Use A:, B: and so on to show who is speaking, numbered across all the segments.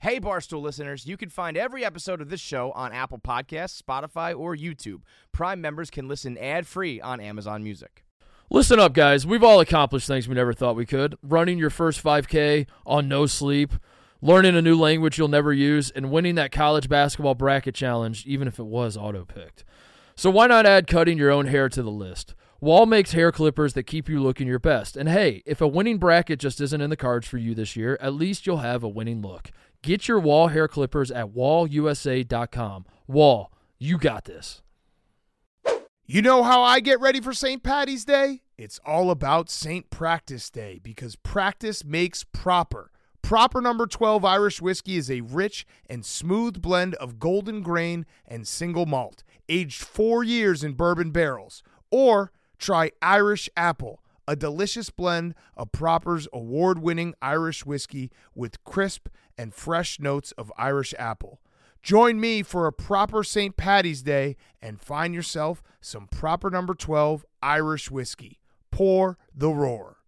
A: Hey, Barstool listeners, you can find every episode of this show on Apple Podcasts, Spotify, or YouTube. Prime members can listen ad free on Amazon Music.
B: Listen up, guys. We've all accomplished things we never thought we could. Running your first 5K on no sleep, learning a new language you'll never use, and winning that college basketball bracket challenge, even if it was auto picked. So why not add cutting your own hair to the list? Wall makes hair clippers that keep you looking your best. And hey, if a winning bracket just isn't in the cards for you this year, at least you'll have a winning look. Get your Wall hair clippers at wallusa.com. Wall, you got this.
C: You know how I get ready for St. Patty's Day? It's all about St. Practice Day because practice makes proper. Proper number 12 Irish whiskey is a rich and smooth blend of golden grain and single malt, aged four years in bourbon barrels. Or try Irish Apple, a delicious blend of Proper's award winning Irish whiskey with crisp and fresh notes of Irish apple. Join me for a proper St. Patty's Day and find yourself some proper number 12 Irish whiskey. Pour the roar.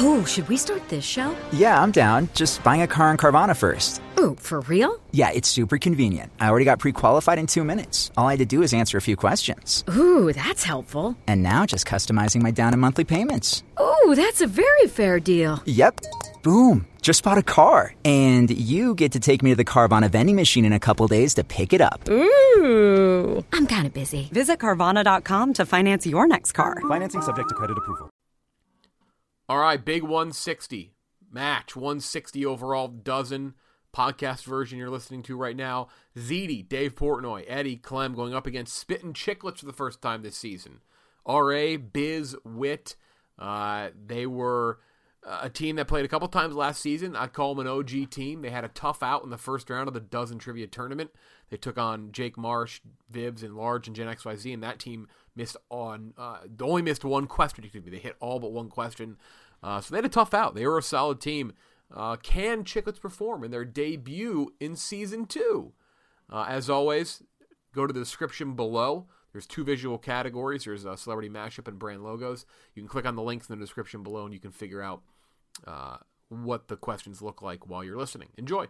D: Oh, should we start this show?
E: Yeah, I'm down. Just buying a car on Carvana first.
D: Ooh, for real?
E: Yeah, it's super convenient. I already got pre qualified in two minutes. All I had to do is answer a few questions.
D: Ooh, that's helpful.
E: And now just customizing my down and monthly payments.
D: Ooh, that's a very fair deal.
E: Yep. Boom. Just bought a car. And you get to take me to the Carvana vending machine in a couple days to pick it up.
D: Ooh. I'm kind of busy.
F: Visit Carvana.com to finance your next car.
G: Financing subject to credit approval.
H: All right, big 160 match, 160 overall dozen podcast version you're listening to right now. ZD, Dave Portnoy, Eddie Clem going up against Spit and Chicklets for the first time this season. RA, Biz, Wit, uh, they were a team that played a couple times last season. I'd call them an OG team. They had a tough out in the first round of the Dozen Trivia Tournament. They took on Jake Marsh, Vibs, and Large and Gen XYZ, and that team missed on uh, only missed one question. Excuse me, they hit all but one question. Uh, so they had a tough out. They were a solid team. Uh, can Chicklets perform in their debut in season two? Uh, as always, go to the description below. There's two visual categories. There's a celebrity mashup and brand logos. You can click on the links in the description below, and you can figure out uh, what the questions look like while you're listening. Enjoy.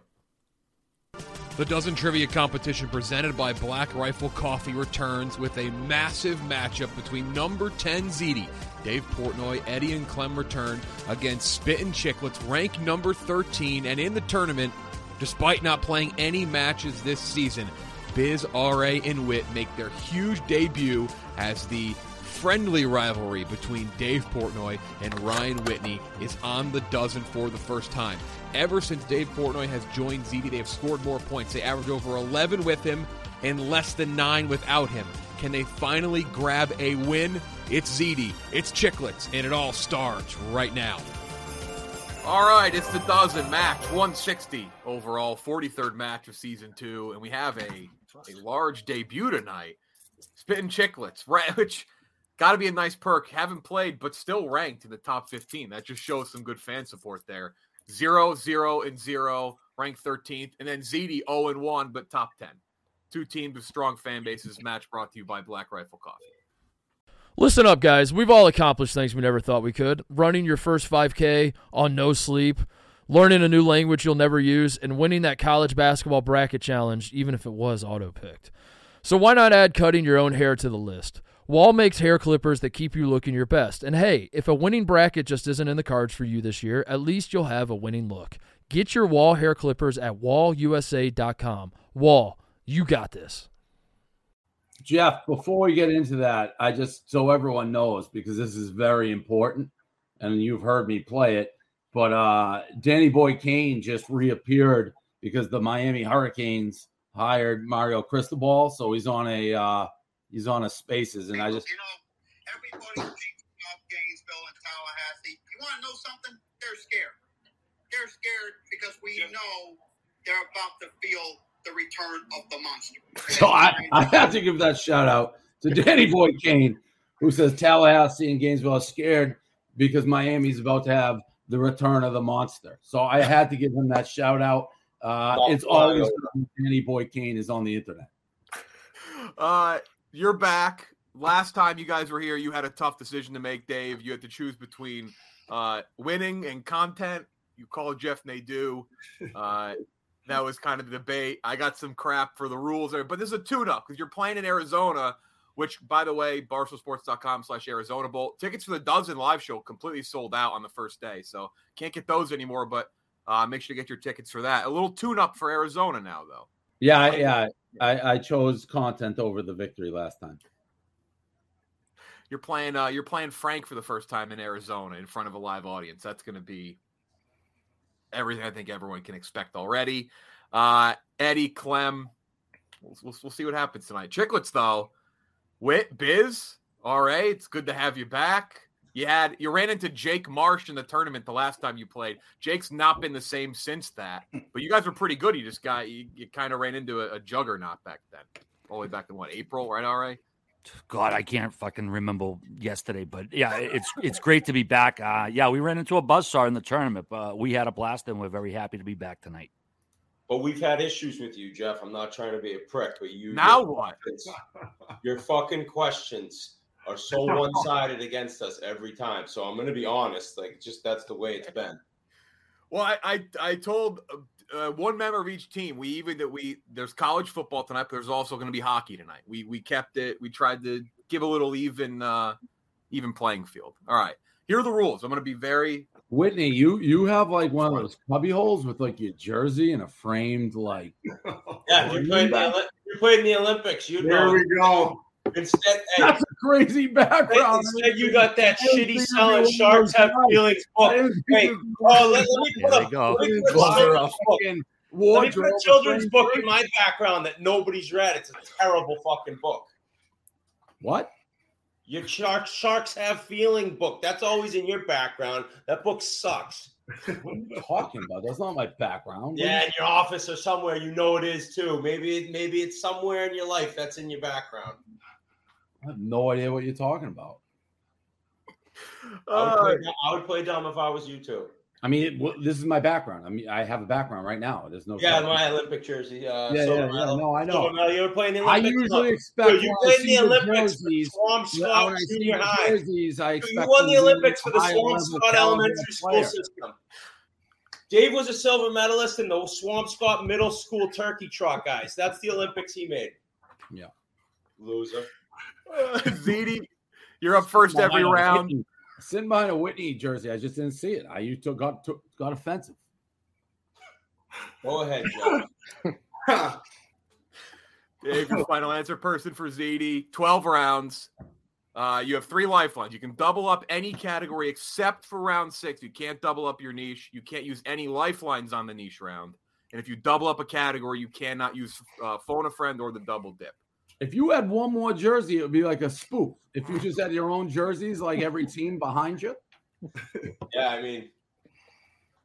I: The Dozen Trivia competition presented by Black Rifle Coffee returns with a massive matchup between number 10 ZD, Dave Portnoy, Eddie, and Clem return against Spit and Chicklets, ranked number 13, and in the tournament, despite not playing any matches this season, Biz, RA, and Wit make their huge debut as the friendly rivalry between Dave Portnoy and Ryan Whitney is on the dozen for the first time. Ever since Dave Portnoy has joined ZD, they have scored more points. They average over 11 with him and less than 9 without him. Can they finally grab a win? It's ZD, it's Chicklets, and it all starts right now.
H: All right, it's the dozen match, 160 overall, 43rd match of season two, and we have a, a large debut tonight. Spitting Chicklets, right? Which got to be a nice perk. Haven't played, but still ranked in the top 15. That just shows some good fan support there. Zero, zero, and zero, ranked 13th. And then ZD 0 and 1, but top 10. Two teams with strong fan bases. Match brought to you by Black Rifle Coffee.
B: Listen up, guys. We've all accomplished things we never thought we could. Running your first 5K on no sleep, learning a new language you'll never use, and winning that college basketball bracket challenge, even if it was auto picked. So why not add cutting your own hair to the list? Wall makes hair clippers that keep you looking your best. And hey, if a winning bracket just isn't in the cards for you this year, at least you'll have a winning look. Get your Wall hair clippers at wallusa.com. Wall, you got this.
J: Jeff, before we get into that, I just so everyone knows because this is very important and you've heard me play it, but uh Danny Boy Kane just reappeared because the Miami Hurricanes hired Mario Cristobal, so he's on a uh he's on a spaces, and I just
K: you know everybody thinks about Gainesville and Tallahassee. You want to know something? They're scared. They're scared because we know they're about to feel the return of the monster.
J: so I, I have to give that shout out to Danny Boy Kane, who says Tallahassee and Gainesville are scared because Miami's about to have the return of the monster. So I had to give him that shout out. Uh, it's always Danny Boy Kane is on the internet.
H: Uh, you're back. Last time you guys were here, you had a tough decision to make, Dave. You had to choose between uh, winning and content. You call Jeff Nadeau. Uh, that was kind of the debate. I got some crap for the rules there, but this is a tune-up because you're playing in Arizona, which, by the way, barstoolsports.com slash Arizona Bowl. Tickets for the Dozen live show completely sold out on the first day, so can't get those anymore, but uh, make sure you get your tickets for that. A little tune-up for Arizona now, though.
J: Yeah, I, yeah. I, I chose content over the victory last time.
H: You're playing. Uh, you're playing Frank for the first time in Arizona in front of a live audience. That's going to be everything I think everyone can expect already. Uh, Eddie Clem, we'll, we'll, we'll see what happens tonight. Chicklets though, Wit Biz, all right. It's good to have you back. You had you ran into Jake Marsh in the tournament the last time you played. Jake's not been the same since that, but you guys were pretty good. You just got you, you kind of ran into a, a juggernaut back then, all the way back in what April, right? All right.
G: God, I can't fucking remember yesterday, but yeah, it's it's great to be back. Uh, yeah, we ran into a buzzsaw in the tournament, but uh, we had a blast, and we're very happy to be back tonight.
L: But we've had issues with you, Jeff. I'm not trying to be a prick, but you
H: Now
L: your
H: what?
L: questions- your fucking questions are so one sided against us every time. So I'm gonna be honest, like just that's the way it's been.
H: Well, I I, I told uh, one member of each team. We even that we there's college football tonight, but there's also going to be hockey tonight. We we kept it. We tried to give a little even uh, even playing field. All right, here are the rules. I'm going to be very
J: Whitney, you you have like one of those cubby holes with like your jersey and a framed like.
L: Yeah, if you played, in the, Oli- if you played in the Olympics, you'd
J: There
L: know.
J: we go.
L: Instead,
J: That's a crazy background.
L: Instead, you got that
J: I didn't
L: shitty
J: think
L: selling
J: everyone
L: sharks
J: was
L: have
J: right.
L: feelings
J: I
L: book.
J: didn't think
L: Wait,
J: everyone
L: oh, let, let me
J: There
L: put
J: they
L: up.
J: go.
L: Let me put a
J: Bother
L: children's
J: a
L: book. Let me
J: wardrobe,
L: put
J: a
L: a children's
J: framed
L: book in my background that nobody's read. It's a terrible fucking book.
J: What?
L: Your shark, sharks have feeling book. That's always in your background. That book sucks.
J: What are you talking about? That's not my background.
L: Yeah, in your office or somewhere. You know it is too. Maybe it, maybe it's somewhere in your life that's in your background.
J: I have no idea what you're talking about.
H: Uh,
L: I, would play, dumb- I would play dumb if I was you too.
J: I mean, it, w- this is my background. I mean, I have a background right now. There's no.
L: Yeah, my Olympic jersey. Uh,
J: Yeah,
L: so
J: yeah, yeah, no, I know.
L: So now you were playing the
J: I
L: Olympics.
J: usually
L: huh?
J: expect
L: So you
J: when I
L: played in
J: see
L: the
J: the
L: Olympics for
J: jerseys,
L: Swamp
J: yeah,
L: Scott
J: when I see
L: Junior
J: the
L: High.
J: jerseys, I
L: you
J: expect
L: won the
J: them to be
L: Olympics for the
J: high
L: Swamp
J: level
L: Scott
J: caliber
L: Elementary School
J: player.
L: System. Dave was a silver medalist in the Swamp Scott Middle School turkey trot, guys. That's the Olympics he made.
J: Yeah.
L: Loser.
H: ZD. You're up first
J: Sitting
H: every
J: behind a
H: round.
J: Whitney- Sitting behind a Whitney jersey, I just didn't see it. I used to got took, got offensive.
L: Go ahead, Jeff.
H: Dave, your final answer person for ZD. 12 rounds. Uh, you have three lifelines. You can double up any category except for round six. You can't double up your niche. You can't use any lifelines on the niche round. And if you double up a category, you cannot use uh, phone a friend or the double dip.
J: If you had one more jersey, it would be like a spoof. If you just had your own jerseys, like every team behind you,
L: yeah, I mean,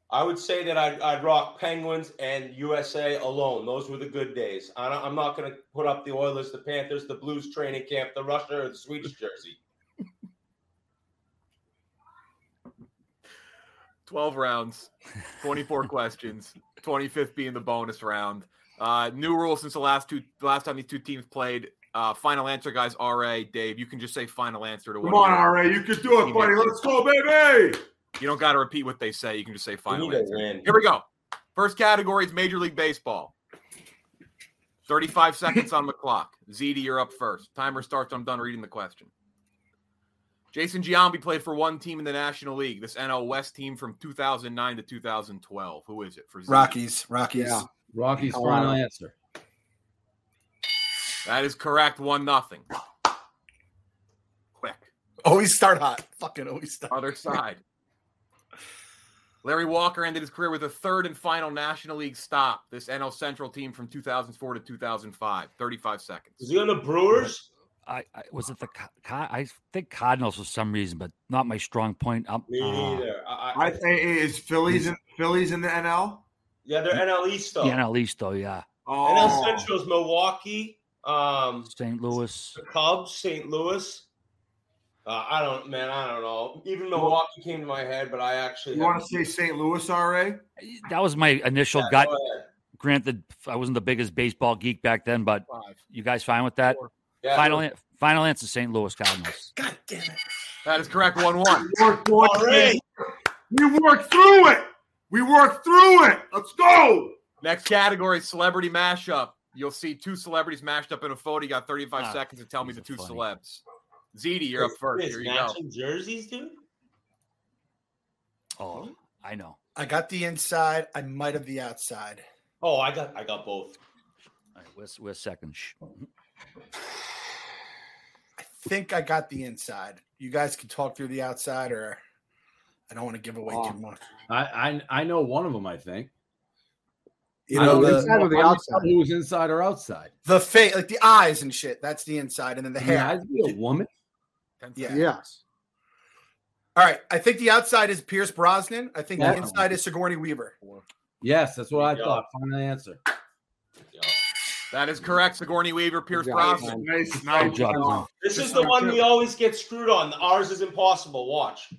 L: I would say that I'd, I'd rock Penguins and USA alone. Those were the good days. I don't, I'm not going to put up the Oilers, the Panthers, the Blues training camp, the Russia or the Swedish jersey.
H: 12 rounds, 24 questions, 25th being the bonus round. Uh, new rule since the last two the last time these two teams played. Uh, final answer, guys. RA, Dave, you can just say final answer to
M: Come on, RA, you can do it, buddy. Let's go, baby.
H: You don't got to repeat what they say. You can just say final
M: need to
H: answer.
M: win.
H: Here we go. First category is Major League Baseball. 35 seconds on the clock. ZD, you're up first. Timer starts. I'm done reading the question. Jason Giambi played for one team in the National League, this NL West team from 2009 to 2012. Who is it for ZD?
N: Rockies, Rockies.
J: Yeah. Rocky's
N: Colorado.
J: final answer.
H: That is correct. One nothing. Quick.
N: Always start hot. Fucking always start.
H: Other side. Larry Walker ended his career with a third and final National League stop. This NL Central team from 2004 to 2005. 35 seconds.
L: Is he on the Brewers?
G: I, I was it the Ca- Ca- I think Cardinals for some reason, but not my strong point. Um,
L: Me
G: uh,
L: neither.
M: I, I, is Phillies in, Phillies in the NL?
L: Yeah, they're NL East
G: the
L: though.
G: NL East though, yeah.
H: Oh,
L: NL Central is Milwaukee, um,
G: St. Louis.
L: the Cubs, St. Louis. Uh, I don't, man. I don't know. Even Milwaukee came to my head, but I actually
M: You want to say St. Louis, RA?
G: That was my initial
L: Yeah,
G: gut.
L: go ahead.
G: Granted, I wasn't the biggest baseball geek back then, but
H: Five.
G: you guys fine with that?
L: Yeah.
G: final an- final answer: St. Louis Cardinals.
H: That is correct. One one.
M: Work, work,
L: RA.
M: We worked through it. We worked through it. Let's go.
H: Next category, celebrity mashup. You'll see two celebrities mashed up in a photo. You got 35
L: Ah,
H: seconds to tell me the two celebs. ZD, you're
L: You're
H: up first. Here you go.
L: jerseys, dude.
G: Oh, I know.
N: I got the inside. I might have the outside.
L: Oh, I got I got both.
G: All right, we're, we're second. Shh.
N: Think I got the inside. You guys can talk through the outside, or I don't want to give away
J: Oh.
N: too much.
J: I, I I know one of them. I think.
N: You
J: I
N: know,
J: don't
N: Oh, the-
J: know
N: Inside or the
J: I don't
N: outside?
J: know Who was inside or outside?
N: The face, like the eyes and shit. That's the inside, and then the hair.
J: Yeah, I'd be a woman.
N: Yeah. All right. I think the outside is Pierce Brosnan. I think the
J: Yeah.
N: inside is Sigourney Weaver.
J: Yes, that's what I
N: Yeah.
J: thought. Final answer.
H: That is correct. Sigourney Weaver, Pierce
J: Good job,
H: Brosnan.
J: man. Nice, nice Good job, job. man.
L: This is the one we always get screwed on. Ours is impossible. Watch.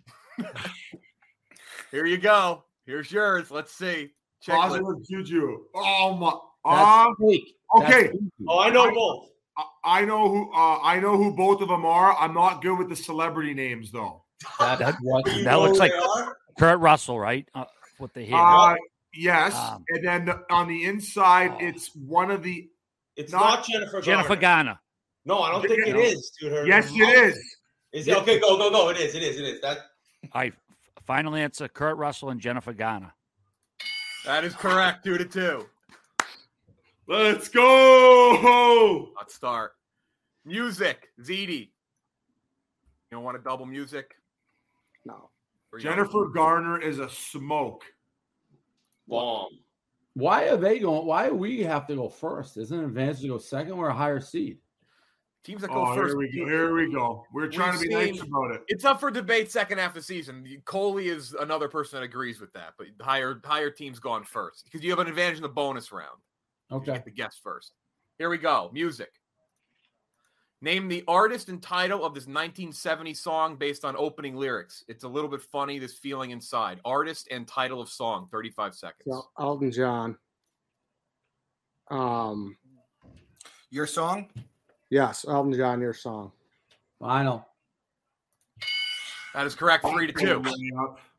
H: Here you go. Here's yours. Let's see. Check list.
M: Positive juju. Oh my.
H: That's
M: Uh,
J: fake.
M: Okay.
H: That's juju. Oh, I know both.
M: I, I know who. Uh, I know who both of them are. I'm not good with the celebrity names though.
G: That,
M: you
G: that
M: know
G: looks
M: who
G: like
M: they are?
G: Kurt Russell, right? Uh, with the hair.
M: Uh, yes,
G: Um,
M: and then the, on the inside, it's one of the.
L: Oh. It's not Jennifer Jennifer
G: Garner.
L: No, I don't think it is, dude. Her-
M: Yes, it is.
L: Is it okay? Go go go! It is. It is. It is. That
G: All right, final answer: Kurt Russell and Jennifer Garner.
H: That is correct. Two to two.
M: Let's go.
H: Let's start. Music. ZD. You don't want to double music?
N: No.
M: Jennifer Garner is a smoke.
L: bomb.
J: Why are they going? Why do we have to go first? Isn't it advantage to go second? We're a higher seed.
H: Teams that go
M: Oh,
H: first.
M: here we go. Here we go. We're trying to
H: We've
M: be nice
H: seen-
M: about it.
H: It's up for debate second half of the season. Coley is another person that agrees with that, but the higher higher team's gone first because you have an advantage in the bonus round.
J: Okay.
H: The guess first. Here we go. Music. Name the artist and title of this 1970 song based on opening lyrics. It's a little bit funny. This feeling inside. Artist and title of song. 35 seconds.
O: So Elton John. Um,
N: your song?
O: Yes, Elton John, your song.
J: Final.
H: That is correct. Three to two.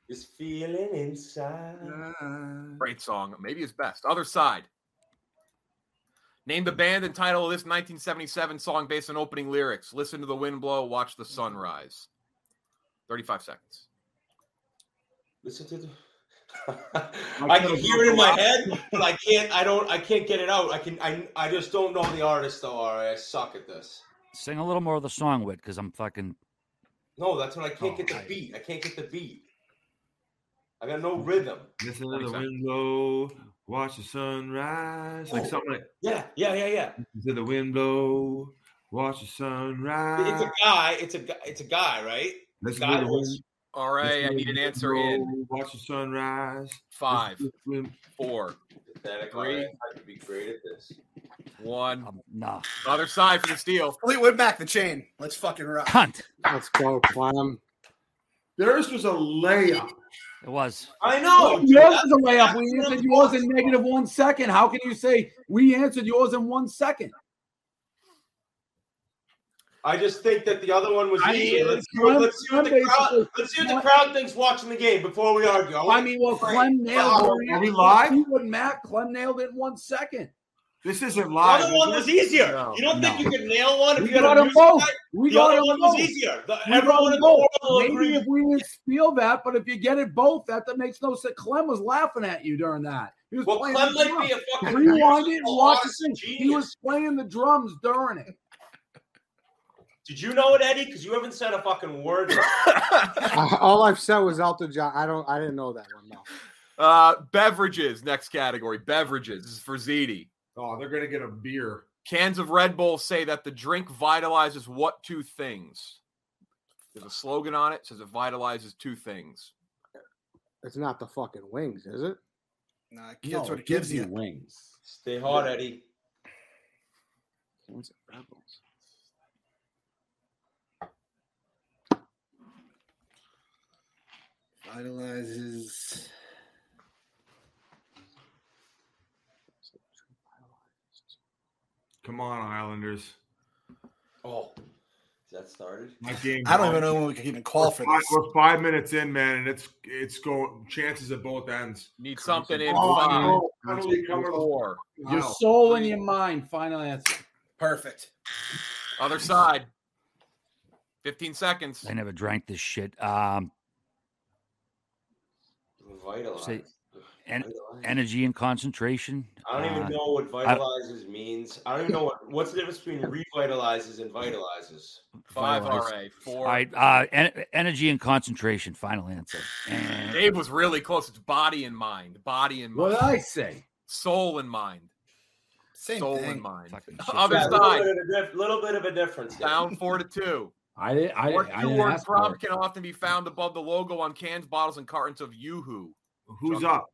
L: This feeling inside.
H: Great song. Maybe his best. Other side. Name the band and title of this 1977 song based on opening lyrics. Listen to the wind blow, watch the sunrise. 35 seconds.
L: Listen to the. I can hear it in my head, but I can't. I don't. I can't get it out. I can. I. I just don't know the artist though. All right, I suck at this.
G: Sing a little more of the song, Whit, because I'm fucking. Oh,
L: No, that's when I can't get the beat. I can't get the beat. I got no rhythm.
M: Listen
L: Like
M: to the
L: that.
M: wind blow, watch the sunrise. Like
L: Oh,
M: something like
L: Yeah, yeah, yeah, yeah.
M: Listen to the wind blow, watch the sunrise.
L: It's a guy. It's a guy. It's a guy, right?
M: Listen
L: guy
M: to the
L: was-
M: wind.
H: All right, I
M: listen to
H: need
M: the
H: an
M: wind
H: answer in
M: blow, Watch the sunrise.
H: five,
M: Listen to the wind-
H: four,
L: Pathetic, all
H: Three.
L: right. I could be great at this.
H: one.
G: Um, Nah.
H: Other side for the steal.
N: Fleetwood Mac, the chain. Let's fucking rock.
G: Hunt.
O: Let's go, Clem.
M: Theirs was a layup.
G: It was.
L: I know.
J: Yours is a layup. We answered yours in negative one second. How can you say we answered yours in one second?
L: I just think that the other one was
J: I
L: easy.
J: mean,
L: Let's see, what,
J: Clem-
L: let's see what the
J: Clem
L: crowd.
J: basically-
L: Let's see what the crowd thinks watching the game before we argue.
J: I mean, well, Clem nailed it.
M: Are we live?
J: You would Matt. Clem nailed it in one second.
M: This isn't
L: The
M: live.
L: other
M: is
L: one
M: it?
L: was easier.
M: No.
L: you don't think
J: No.
L: you could nail one if
J: We
L: you
J: got
L: had a
J: 'em
L: music
J: both.
L: guy?
J: We
L: the
J: got
L: other
J: 'em
L: one was
J: both.
L: easier. The,
J: We
L: everyone
J: got
L: in the world will
J: both. Maybe
L: agree.
J: if we didn't steal that, but if you get it both, that, that makes no sense. Clem was laughing at you during that. He was
L: Well,
J: playing
L: Clem
J: the
L: might be
J: drums.
L: a fucking
J: Rewind it and
L: musical
J: watch the
L: artist
J: thing. He
L: genius.
J: was playing the drums during it.
L: Did you know it, Eddie? Because you haven't said a fucking word.
O: All I've said was Elton John. I don't. I didn't know that one. No.
H: Uh, beverages, next category. Beverages. This is for ZD.
M: Oh, they're gonna get a beer.
H: Cans of Red Bull say that the drink vitalizes what two things? There's a slogan on it. Says it vitalizes two things.
O: It's not the fucking wings, is it?
N: Nah,
H: gives No, what it it gives gives you you.
J: wings.
L: Stay hard, Eddie.
O: What's it, Rebels?
N: Vitalizes.
M: Come on, Islanders.
L: Oh, is that that started.
M: My game.
N: I don't even know when we can even call for
M: Five-
N: this.
M: We're five minutes in, man, and it's it's going chances at both ends.
H: Need something in
M: Oh, I
H: five.
M: know. Penalty cover the-
J: Four. Your
M: Wow.
J: soul and your mind. Final answer.
N: Perfect.
H: Other side. 15 seconds.
G: I never drank this shit. Um,
L: Vitalize.
G: say, en- energy and concentration.
L: I don't
G: Uh,
L: even know what
G: I-
L: vitalizes means. I don't even know what what's the difference between revitalizes and vitalizes.
H: Five
G: Vitalize.
H: RA.
G: All
H: Four.
G: right, uh, en- energy and concentration. Final answer. Eh,
H: Dave was really close. It's body and mind. Body and mind.
G: What'd I say?
H: Soul and mind.
N: Same
H: Soul
N: thing.
H: and mind.
G: shit.
H: Other
L: Yeah, a little
H: side.
L: bit of a diff- little bit of a difference. there.
H: Down four to two.
J: I didn't. I,
H: What
J: I didn't
H: keyword
J: ask for
H: prompt
J: it.
H: can often be found above the logo on cans, bottles, and cartons of YooHoo?
M: Who's up?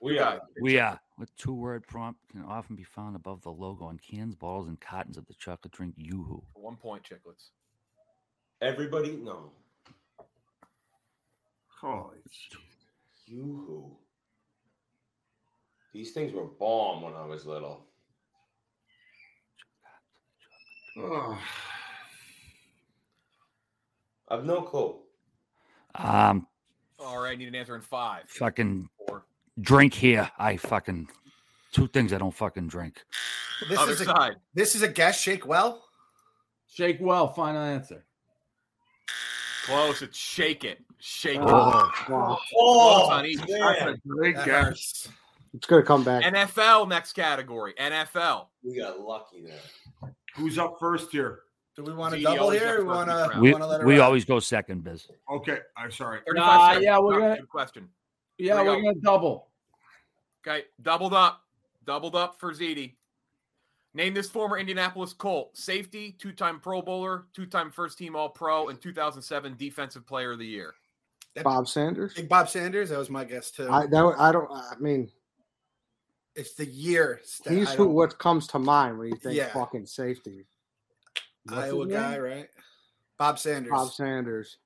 L: We
H: are.
G: We are. What two word prompt can often be found above the logo on cans, bottles, and cottons of the chocolate drink Yoo-Hoo?
H: One point, chicklets.
L: Everybody, no.
M: Holy
L: Yoo-hoo. These things were bomb when I was little.
M: Ugh.
L: I've no clue.
G: Um,
H: All right, need an answer in five.
G: fucking
H: Four.
G: drink here. I fucking two things I don't fucking drink.
N: This
H: Other
N: is
H: side.
N: A, this is a guess. Shake well.
J: Shake well. Final answer.
H: Close. It's shake it. Shake
J: Oh.
H: it.
J: Oh,
H: Close on each.
L: man.
H: That's a
M: great
N: That
M: guess.
N: hurts.
O: It's gonna come back.
H: NFL next category. NFL.
L: We got lucky there.
M: Who's up first here?
N: Do we want to
H: Gee,
N: double
H: always
N: here?
H: got
N: Or we want to.
G: We,
N: want to let it
G: we
N: ride?
G: always go second, Biz.
M: Okay, I'm sorry.
H: 35
J: Nah,
H: seconds.
J: yeah, we're
H: Not a
J: gonna-
H: good question.
J: Yeah,
H: Here we
J: we're
H: go.
J: gonna double.
H: Okay, doubled up, doubled up for ZD. Name this former Indianapolis Colt safety, two-time Pro Bowler, two-time first-team All-Pro, and 2007 Defensive Player of the Year.
O: Bob Sanders.
N: Big Bob Sanders. That was my guess too.
O: I that, I don't. I mean,
N: it's the year. St-
O: he's
N: I
O: who
N: don't-
O: what comes to mind when you think
N: Yeah.
O: fucking safety.
J: What's
N: Iowa
J: his
N: guy,
J: name?
N: right? Bob Sanders.
O: Bob Sanders.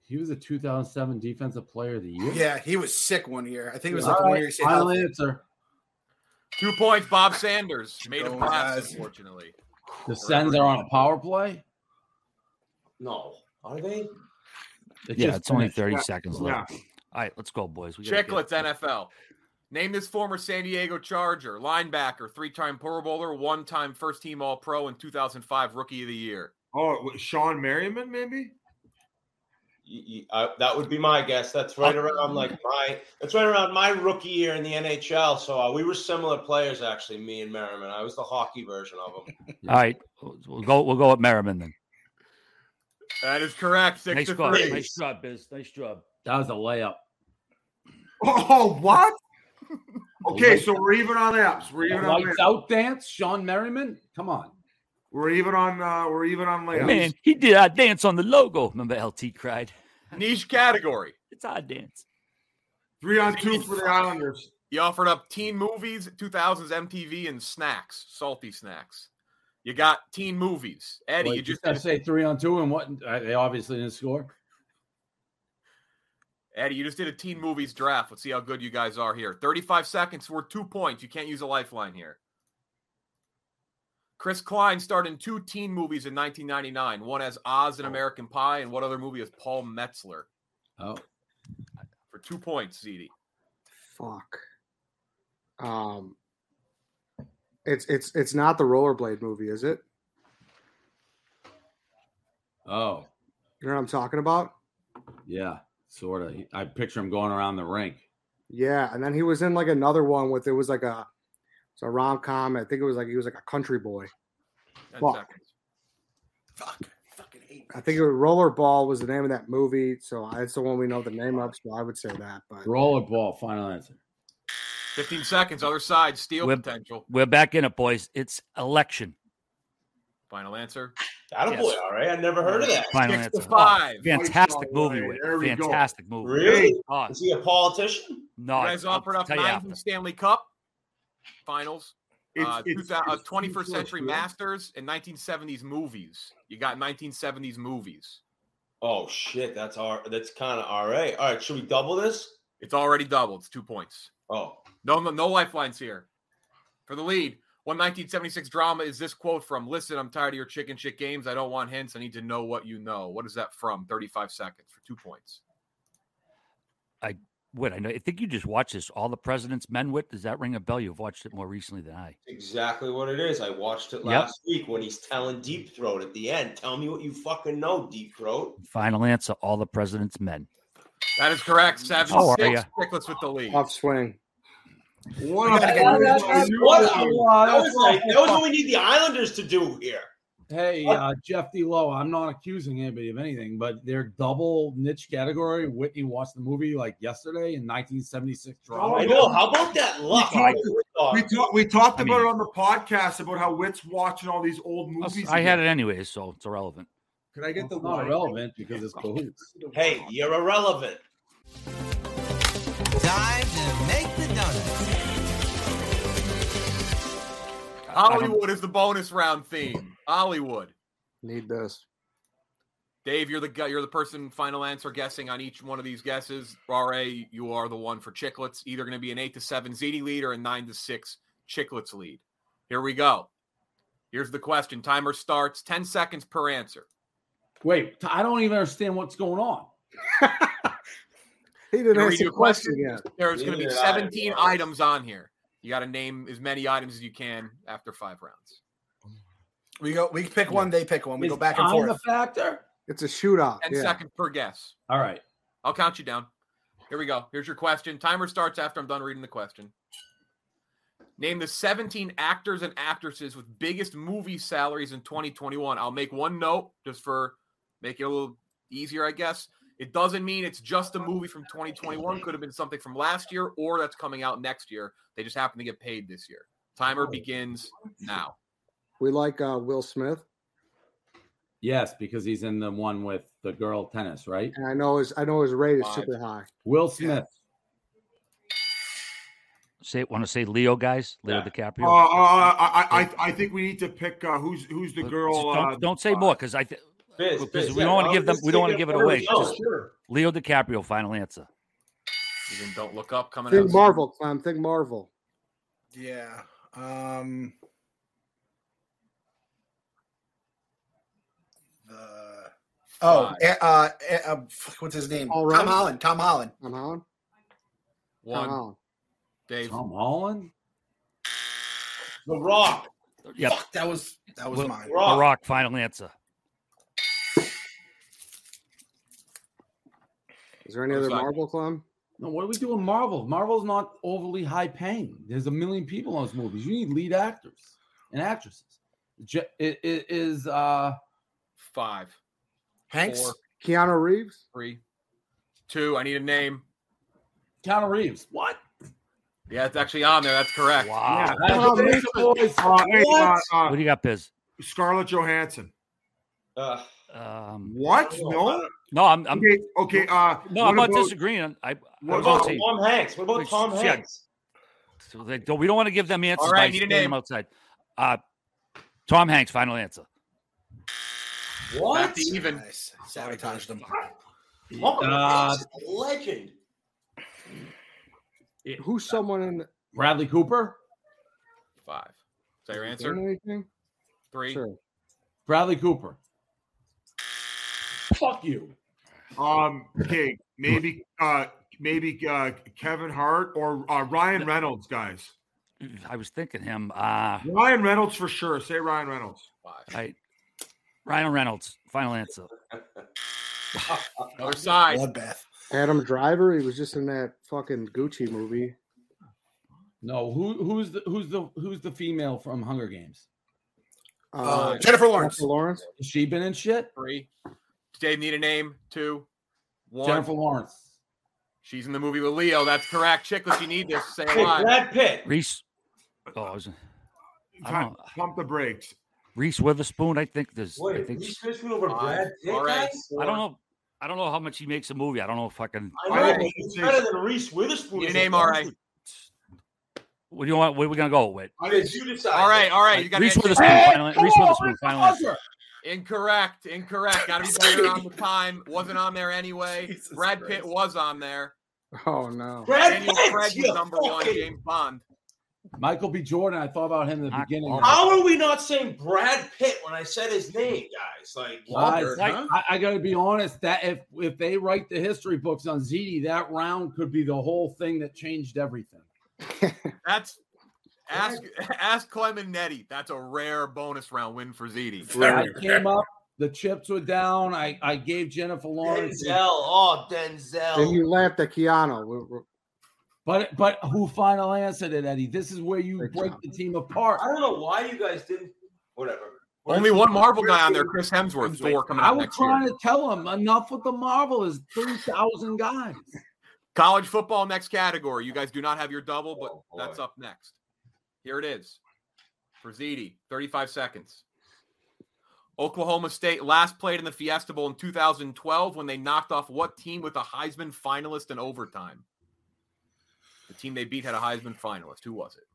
J: He was a 2007 Defensive Player of the Year.
N: Yeah, he was sick one year. I think it was
J: All
N: like the one
J: right,
N: year he stayed
J: final
N: healthy.
J: answer.
H: Two points, Bob Sanders made a
N: Going,
H: pass,
N: guys.
H: unfortunately.
J: The Sens are on a power play.
L: No. Are they?
J: It
G: yeah,
J: just
G: it's only
J: finished.
G: 30
M: Yeah,
G: seconds
M: yeah.
G: left. All right, let's go, boys. We gotta get-
H: Chicklets NFL. Name this former San Diego Charger linebacker, three-time Pro Bowler, one-time first-team All-Pro, and 2005 Rookie of the Year.
M: Oh, it was Sean Merriman, maybe.
L: Y- y- I- that would be my guess. That's right around like my. That's right around my rookie year in the NHL. So uh, we were similar players, actually. Me and Merriman. I was the hockey version of him.
G: All right, we'll go. We'll go with Merriman then.
H: That is correct. Six
G: Nice
H: to
G: job,
H: three.
G: nice job, Biz. Nice job.
J: That was a layup.
M: Oh, what? Okay, so we're even on apps. We're even
J: The
M: on
J: lights
M: layups.
J: out dance. Sean Merriman. Come on.
M: We're even on. Uh, we're even on layups.
G: Man, he did our dance on the logo. Remember, LT cried.
H: Niche category.
G: It's our dance.
M: Three on two for the Islanders.
H: You offered up teen movies, 2000s MTV, and snacks, salty snacks. You got teen movies. Eddie,
J: Wait,
H: you just
J: gotta say three on two, and what? uh, They obviously didn't score.
H: Eddie, you just did a teen movies draft. Let's see how good you guys are here. 35 seconds worth two points. You can't use a lifeline here. Chris Klein starred in two teen movies in 1999. One as Oz and American Pie, and what other movie is Paul Metzler?
J: Oh,
H: For two points, ZD.
O: Fuck. Um. It's it's it's not the rollerblade movie, is it?
J: oh,
O: You know what I'm talking about?
J: yeah, sort of. I picture him going around the rink.
O: Yeah, and then he was in like another one with it was like a it's a rom com. I think it was like he was like a country boy.
H: 10
O: Fuck.
H: seconds.
N: Fuck. Fucking hate.
O: I think it was Rollerball was the name of that movie, so that's the one we know the name of. So I would say that. But
J: Rollerball. Final answer.
H: 15 seconds. Other side, steal
G: Whip.
H: potential.
G: We're back in it, boys. It's election.
H: Final answer.
L: That a boy.
G: Yes.
L: All right. I never heard of that.
G: Final
H: Six
G: answer.
H: to five.
G: Oh, fantastic
M: Nice job,
G: movie,
M: Ryan.
G: Whit.
M: There we go.
G: Fantastic movie.
L: Really?
G: Oh,
L: Is he a politician?
G: no,
H: you guys
G: I'll
H: offered up
G: tell you after.
H: 19 Stanley Cup finals,
M: It's,
H: uh,
M: it's,
H: 2000 uh,
M: it's
H: 21st century
M: man.
H: masters, and 1970s movies. You got 1970s movies.
L: Oh shit. That's our. That's kind of all right. All right. Should we double this?
H: It's already doubled. It's two points.
L: Oh,
H: No, no, no lifelines here for the lead. One 1976 drama is this quote from Listen, I'm tired of your chicken shit games. I don't want hints. I need to know what you know. What is that from? 35 seconds for two points.
G: I wait. I know. I think you just watched this. All the President's Men. Wit. Does that ring a bell? You've watched it more recently than I.
L: Exactly what it is. I watched it
G: Yep.
L: last week when he's telling Deep Throat at the end. Tell me what you fucking know, Deep Throat.
G: Final answer. All the President's Men.
H: That is correct. Seven
G: How are
H: six.
G: ya?
H: Nicholas with the lead.
O: Off swing.
H: One
L: What? That was like- that was what we need the Islanders to do here.
J: Hey, uh, Jeff D. Lowe, I'm not accusing anybody of anything, but their double niche category. Whitney watched the movie like yesterday in 1976 drama.
L: Oh, I know. How about that luck?
M: We talked, we talked, we talked
J: I
M: about
J: mean-
M: it on the podcast about how Witt's watching all these old movies.
G: I had it
M: again.
G: anyway, so it's irrelevant.
M: Could I get the
J: It's not
M: wine?
J: irrelevant because it's cahoots.
L: Hey, you're irrelevant.
P: Time to make the donuts.
H: Hollywood is the bonus round theme. Hollywood.
O: Need this.
H: Dave, you're the guy. You're the person. Final answer guessing on each one of these guesses. Ra, you are the one for Chicklets. Either going to be an eight to seven ZD lead or a nine to six Chicklets lead. Here we go. Here's the question. Timer starts. Ten seconds per answer.
J: Wait, t- I don't even understand what's going on.
O: he didn't
H: Gonna
O: answer
H: redo
O: the
H: a
O: question
H: question.
O: yet.
H: There's going to be
O: Yeah.
H: seventeen items on here. You got to name as many items as you can after five rounds.
N: We go. We pick one. They pick one. We
H: Is
N: go back and
H: time
N: forth.
H: a factor?
O: It's a shootout.
H: Ten
O: yeah.
H: seconds per guess.
J: All right.
H: I'll count you down. Here we go. Here's your question. Timer starts after I'm done reading the question. Name the 17 actors and actresses with biggest movie salaries in 2021. I'll make one note just for make it a little easier, I guess. It doesn't mean it's just a movie from 2021. Could have been something from last year or that's coming out next year. They just happen to get paid this year. Timer begins now.
O: We like uh, Will Smith,
J: Yes, because he's in the one with the girl tennis, right?
O: and I know his I know his rate is
J: Five.
O: super high.
J: Will Smith.
G: Say, want to say Leo, guys? Leo DiCaprio.
M: Uh, uh, I, I, I, I think we need to pick uh, who's who's the
G: Just
M: girl.
G: don't,
M: uh,
G: don't say more because I th-
M: Fizz,
G: because
M: Fizz,
G: we
M: yeah,
G: don't want
M: I
G: to
M: was
G: give them
M: just
G: we don't want to
M: thinking
G: give it
M: of
G: away.
M: Fizz,
G: Just
M: sure.
G: Leo DiCaprio, final answer.
H: Even don't look up coming
O: Think
H: out.
O: Marvel, Clem. Think Marvel.
N: Yeah. Um. The oh, eh, uh, eh, uh, fuck, what's his name?
O: All
N: Tom
O: right.
N: Holland. Tom Holland.
O: Tom Holland.
H: One.
L: Uh-huh.
O: Holland.
H: Dave.
J: Tom Holland.
L: The Rock.
G: Yep.
N: Fuck, that was that was
G: Will-
N: mine.
G: The Rock, final answer.
O: Is there any
J: What's
O: other
J: that?
O: Marvel, Clem?
J: No, what do we do with Marvel? Marvel's not overly high paying. There's a million people in those movies. You need lead actors and actresses. Je- it, it is uh
H: five.
N: Hanks?
H: Four,
O: Keanu Reeves.
H: three, two. I need a name.
J: Keanu Reeves. What?
H: Yeah, it's actually on there. That's correct.
M: Yeah,
H: Wow.
M: that's- uh, hey, uh, uh,
G: Ah. what do you got, Biz?
M: Scarlett Johansson.
G: Um,
M: What? No.
G: No, I'm. I'm
M: okay. Okay. Uh,
G: no,
M: what
G: I'm not
M: about-
G: disagreeing. I, I
M: What
G: was
M: about
G: gonna say-
M: Tom Hanks? What about
G: Like,
M: Tom
G: yeah.
M: Hanks?
G: So they don't, we don't want to give them answers.
M: All right,
G: by
M: need a
G: standing
M: name.
G: them outside. Uh, Tom Hanks, final answer.
L: What?
H: Back to even.
N: Sabotage them.
L: Marvel
J: Uh,
L: is a legend.
O: Who's someone in?
J: Bradley Cooper.
H: Five. Is that your
O: Answer.
H: answer?
O: Anything?
H: Three.
O: Sure.
J: Bradley Cooper. Fuck you.
M: Um. Okay. Maybe. Uh. Maybe uh, Kevin Hart or uh, Ryan Reynolds, guys.
G: I was thinking him. Uh,
M: Ryan Reynolds for sure. Say Ryan Reynolds.
G: I, Ryan Reynolds, final answer.
H: Other side.
N: Bloodbath.
O: Adam Driver. He was just in that fucking Gucci movie.
J: No, who who's the who's the who's the female from Hunger Games?
O: Uh,
N: Uh, Jennifer Lawrence.
O: Jennifer Lawrence.
J: Has she been in shit?
H: Three. Dave, need a name. Two. One.
J: Jennifer Lawrence.
H: She's in the movie with Leo. That's correct. Chicklets, you need this. Say
L: Hey,
H: alive.
L: Brad Pitt.
G: Reese. Oh, I was. I don't
M: Pump,
G: know.
M: pump the brakes.
G: Reese Witherspoon. I think there's. I
L: Wait,
G: think.
L: Reese Witherspoon over Brad Pitt.
H: All right.
L: guys?
G: I don't know. I don't know how much he makes a movie. I don't know if I can.
L: I know, but he's better than Reese Witherspoon.
H: Your
L: is
H: name,
L: a-
H: all right.
G: What do you want? What are we gonna go with?
L: Fizz, you decide.
H: All right, all right. You got
G: Reese Witherspoon. Final, Reese Witherspoon. Final answer.
H: Incorrect. Incorrect. Got to be better on the time. Wasn't on there anyway. Brad Pitt was on there.
O: Oh no.
L: Brad
H: Daniel
L: Pitt,
H: Craig
L: you
H: was number one.
L: fucking-
H: James Bond.
J: Michael B. Jordan. I thought about him in the beginning.
L: How are we not saying Brad Pitt when I said his name, guys? Like,
J: Guys, I, I got to be honest. That if if they write the history books on ZD, that round could be the whole thing that changed everything.
H: That's ask ask Clem and Nettie. That's a rare bonus round win for Ziti.
J: I came up. The chips were down. I, I gave Jennifer Lawrence.
L: Denzel. Oh, Denzel.
O: And you laughed at Keanu. We're- we're-
J: But but who final answered it, Eddie? This is where you break the team apart.
L: I don't know why you guys didn't. Whatever.
H: Only one Marvel guy on there, Chris Hemsworth. Thor coming
J: I
H: out
J: was
H: next year.
J: trying to tell him enough with the Marvel is three thousand guys.
H: College football next category. You guys do not have your double, but that's up next. Here it is. For Ziti, 35 seconds. Oklahoma State last played in the Fiesta Bowl in 2012 when they knocked off what team with a Heisman finalist in overtime? The team they beat had a Heisman finalist. Who was it?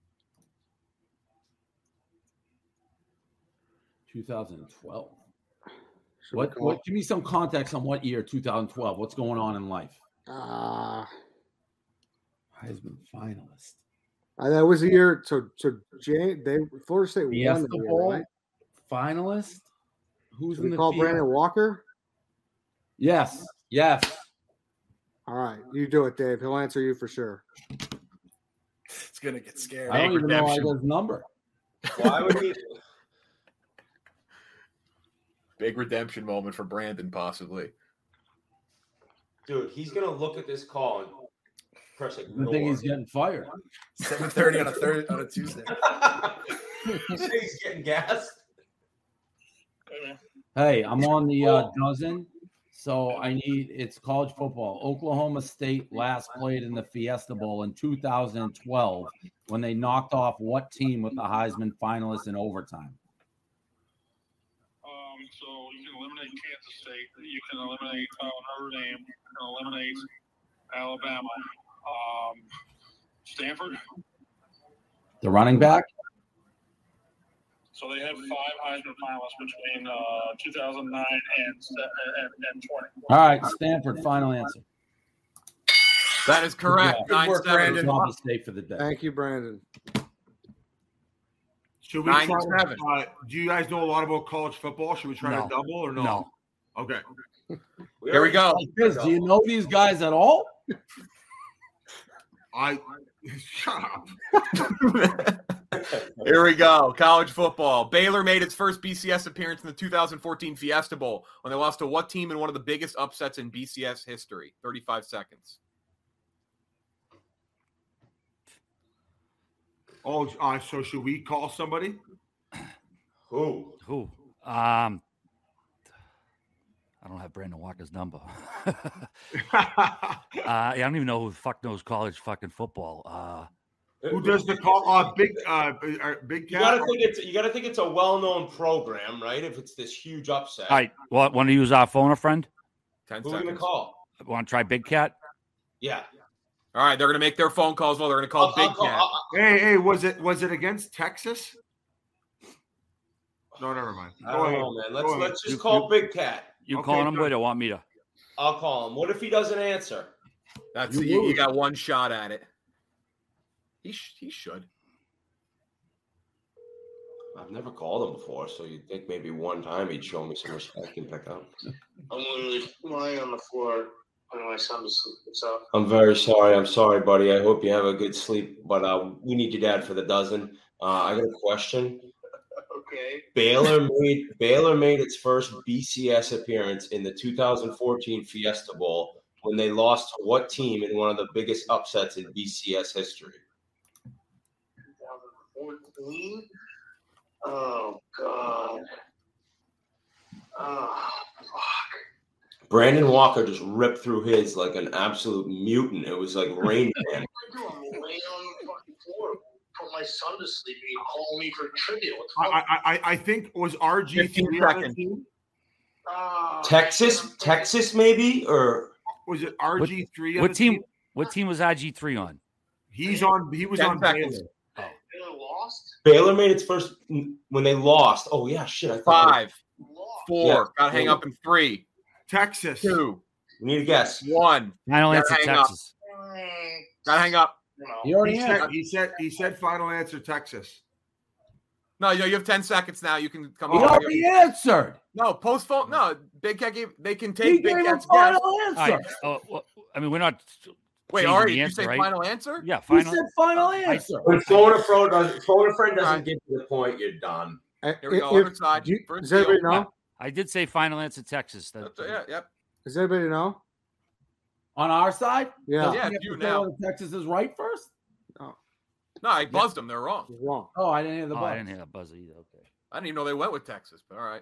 J: 2012.
O: Should we
J: What,
O: call-
J: what? Give me some context on what year 2012. What's going on in life?
O: Uh,
J: Heisman finalist.
O: Uh, that was the year. So, so Jan, they Florida State
J: Yes,
O: won
J: the
O: the year,
J: Bowl
O: right?
J: finalist. Who's
O: Should we
J: in the
O: call
J: field?
O: Brandon Walker?
J: Yes, yes.
O: All right, you do it, Dave. He'll answer you for sure.
N: It's gonna get scary.
J: I don't even know I got his number.
L: Why would he?
H: Big redemption moment for Brandon, possibly.
L: Dude, he's gonna look at this call and press
J: I think
L: ignore.
J: he's getting fired.
N: Seven thirty on a third on a Tuesday.
Q: Um,
L: You say he's getting gassed.
J: Hey, I'm on the uh, dozen, so I need it's college football. Oklahoma State last played in the Fiesta Bowl in 2012 when they knocked off what team with the Heisman finalists in overtime?
Q: Um, so you can eliminate Kansas State. You can eliminate uh, Notre Dame. You can eliminate Alabama. Um, Stanford.
J: The running back?
Q: So they had five Heisman finalists between uh, 2009 and, se- and, and 20.
J: All right, Stanford. Final answer.
H: That is correct.
J: Good
H: Nine
J: work,
H: seven.
J: Brandon. Oklahoma State for the day.
O: Thank you, Brandon.
M: Should we
H: Nine
M: try?
H: to seven.
M: Uh, do you guys know a lot about college football? Should we try
J: No.
M: to double or no?
J: No.
M: Okay.
J: Here
H: we go.
J: do you know these guys at all?
M: I shut up.
H: Here we go. College football. Baylor made its first BCS appearance in the 2014 Fiesta Bowl when they lost to what team in one of the biggest upsets in BCS history? 35 seconds.
M: Oh, uh, so should we call somebody?
L: Who?
G: Who? Um, I don't have Brandon Walker's number. uh, I don't even know who the fuck knows college fucking football. Uh,
M: Who does the call? Uh, big, uh, uh, big
L: You
M: cat.
L: gotta think it's you gotta think it's a well-known program, right? If it's this huge upset.
G: all right, want, want to use our phone a friend?
H: Ten
L: Who are we gonna
H: seconds.
L: call?
G: Want to try Big Cat?
L: Yeah.
H: All right, they're going to make their phone calls. Well, they're going to call Big Cat.
M: Hey, hey, was it was it against Texas? No, never mind.
L: I
M: Go
L: don't
M: ahead.
L: know, man.
M: Go
L: Let's
M: ahead.
L: let's just call Big Cat.
G: You calling him? Wait, I want me to.
L: I'll call him. What if he doesn't answer?
H: That's
L: You
H: you, you
L: lose.
H: got one shot at it. He sh- he should.
L: I've never called him before, so you'd think maybe one time he'd show me some respect and pick up.
R: I'm literally lying on the floor when my son was sleeping. So
L: I'm very sorry. I'm sorry, buddy. I hope you have a good sleep, but uh, we need your dad for the dozen. Uh, I got a question.
R: okay,
L: Baylor made Baylor made its first BCS appearance in the 2014 Fiesta Bowl when they lost to what team in one of the biggest upsets in BCS history?
R: 2014. Oh God. Oh,
L: Brandon Walker just ripped through his like an absolute mutant. It was like Rain
R: what do I
L: Man.
R: do? I'm laying on the fucking floor, put my son to sleep, and you call me for trivia. What the fuck?
M: I, I, I- I think was RG
L: 15
M: three on the
L: seconds.
M: team?
L: Texas, Texas, maybe or
M: was it RG three?
G: What team? What team was IG three on?
M: He's on. He was
L: Ten
M: on
L: seconds.
M: Baylor.
R: Baylor lost.
L: Baylor made its first when they lost. Oh yeah, shit. I thought
H: Five, four.
L: Yeah.
H: Got to hang up in three.
M: Texas.
H: Two.
L: We need a guess.
H: One.
G: Final
H: Gotta
G: answer,
H: hang up.
G: Texas.
H: Got to hang up.
R: you know.
M: He already said, he said he said final answer Texas.
H: No, you, you have ten seconds now. You can come.
M: He
H: on.
M: already answered.
H: No, postphone. No, Big Cat gave. They can take
G: He
H: Big
G: gave a
H: Cat's
G: final
H: guess.
G: All right. Oh, well, I mean, we're not.
H: Wait,
G: changing
H: Ari,
G: the
H: you
G: answer,
H: say
G: right?
H: final answer?
G: Yeah, final.
M: final
G: answer.
L: When phone a friend doesn't, phone a friend doesn't get to the point, you're done.
O: Uh,
H: Here we go. Other side. First
O: does everybody
H: deal.
O: know?
G: I did say final answer Texas. That,
H: Yeah, yep.
O: Does everybody know?
J: On our side?
O: Yeah.
J: Doesn't
O: Yeah,
J: he have
O: you
J: to say
O: now.
J: whether Texas is right first?
H: No, I buzzed them. They're wrong.
O: Wrong.
J: Oh, I didn't hear the
G: Oh,
J: buzz.
G: I didn't hear the buzzer either. Okay.
H: I didn't even know they went with Texas, but all right.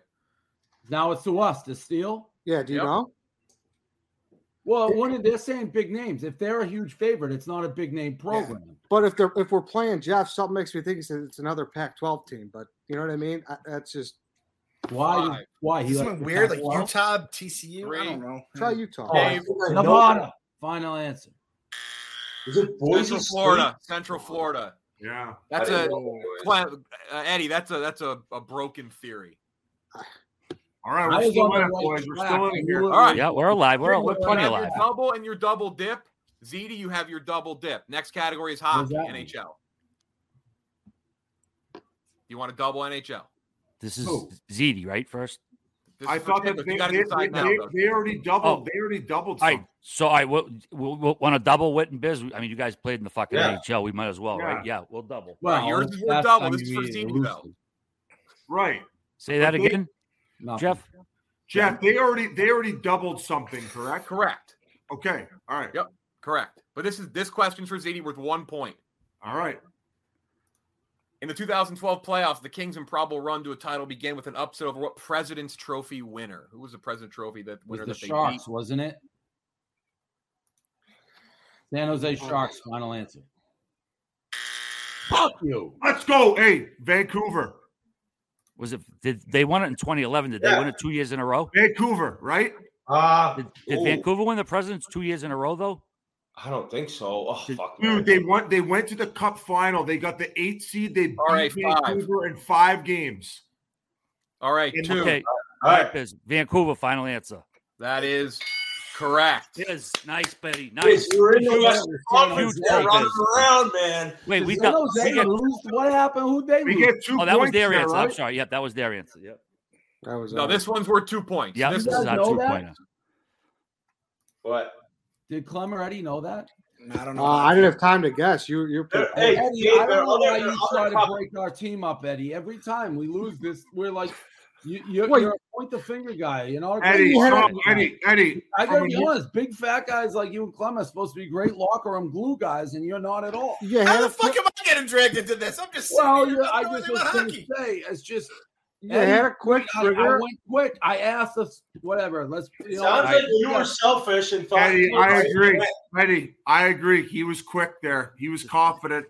J: Now it's to us to steal.
O: Yeah, do
H: you Yep. know?
J: Well, one of they're saying big names. If they're a huge favorite, it's not a big name program.
O: But if they're if we're playing Jeff, something makes me think it's, it's another Pac-12 team. But you know what I mean? I, that's just
J: Why? Why
O: He
J: he
O: like
J: likes
O: the
J: the
O: weird,
J: Pac
O: like
J: twelve?
O: Utah, TCU. I don't know.
H: Hmm.
O: Try Utah.
J: Oh, I think I know that. Final answer.
L: Is it
H: Central Florida. Central Florida.
M: Yeah,
H: That's
M: I
H: a
M: didn't know that.
H: Clem- uh, Eddie. That's a that's a, a broken theory.
M: All right,
G: I
M: we're
G: was
M: still
G: on the
M: in it,
G: right
M: boys. We're
G: track.
M: still in it here.
H: All right.
G: Yeah, we're alive. We're,
H: You
G: we're
H: have
G: plenty
H: your
G: alive.
H: Double and your double dip. ZD, you have your double dip. Next category is hockey,
G: that mean?
H: NHL. Do you want to double NHL?
G: This is
M: Who?
G: ZD, right? First.
H: This
M: I
H: is
M: thought that
H: ridiculous.
M: they,
H: you got
M: they-
H: to decide
M: they-
H: now. though.
M: they already doubled.
G: Oh.
M: They already doubled.
G: All
M: Some.
G: right. So I will we'll, we'll want to double Wit and Biz. I mean, you guys played in the fucking
M: Yeah.
G: NHL. We might as well, right?
M: Yeah.
G: Yeah, we'll double.
M: Well,
H: yours is
M: last
H: double.
M: time
H: This is
M: you
H: for
M: made it
H: Zini, though.
M: loosely. Right.
G: Say that
M: But they-
G: again, Jeff.
M: Jeff, they already they already doubled something, correct?
H: Correct.
M: Okay. All right.
H: Yep. Correct. But this is this question's for ZD worth one point.
M: All right.
H: In the 2012 playoffs, the Kings' improbable run to a title began with an upset over what President's Trophy winner? Who was the President's Trophy that
J: Was
H: winner
J: the
H: that they
J: Sharks,
H: beat?
J: wasn't it? San Jose Sharks. Final answer.
M: Fuck you. Let's go. Hey, Vancouver.
G: Was it? Did they won it in 2011? Did they
M: Yeah.
G: win it two years in a row?
M: Vancouver, right?
L: Uh,
G: did did
L: ooh.
G: Vancouver win the Presidents two years in a row though?
L: I don't think so. Oh fuck,
M: Dude, they went. They went to the Cup final. They got the eight seed. They beat
H: right, five.
M: Vancouver in five games.
H: All right,
M: In-
H: two.
G: Okay.
M: All right.
G: All right, Biz. Vancouver. Final answer.
H: That is correct.
G: Yes, nice, Betty.
L: Biz,
G: Nice.
L: you were in the
G: Huge-
L: Western Conference.
G: huge
L: They're
G: take,
L: running
G: Biz.
L: around, man.
G: Wait, we
J: San
G: got.
J: Jose
G: we get-
J: lose. What happened? Who they
M: We
J: lose?
M: get two
G: oh, that was
M: points
G: their
M: there,
G: answer. I'm
M: right?
G: sorry. Yep, that was their answer. Yep.
O: That was
N: uh,
H: No, this one's worth two points.
G: Yeah,
H: This
G: this
H: one-
G: is
J: guys
G: our
J: know
G: two
J: that?
G: pointer.
L: What?
J: Did Clem already know that?
N: I don't
O: Uh,
N: know.
O: I didn't have time to guess. You you're
J: Hey,
L: Hey,
J: Eddie,
L: Dave,
J: I
L: they're
H: uh,
J: don't know
L: other-
J: why you
L: they're
J: try
L: other
J: to
L: cup-
J: break our team up, Eddie. Every time we lose this, we're like, you, you're,
O: Wait.
J: you're a point the finger guy. You know,
M: Eddie,
J: Every time.
M: come, Eddie, Eddie.
J: I
M: from
J: gotta be
M: an-
J: honest. Big fat guys like you and Clem are supposed to be great locker room glue guys, and you're not at all.
O: Yeah,
P: How the fuck am I getting dragged into this? I'm just sitting
J: Well,
P: here
J: yeah, I
P: doing
J: just
P: nothing
J: was
P: about
J: gonna
P: hockey.
J: say, it's just
O: You had a quick
J: I, I
O: trigger.
J: went quick. I asked us whatever. Let's. You know,
L: Sounds
J: I-
L: like you were selfish and thought.
M: Eddie, I agree. Eddie, I agree. He was quick there. He was confident.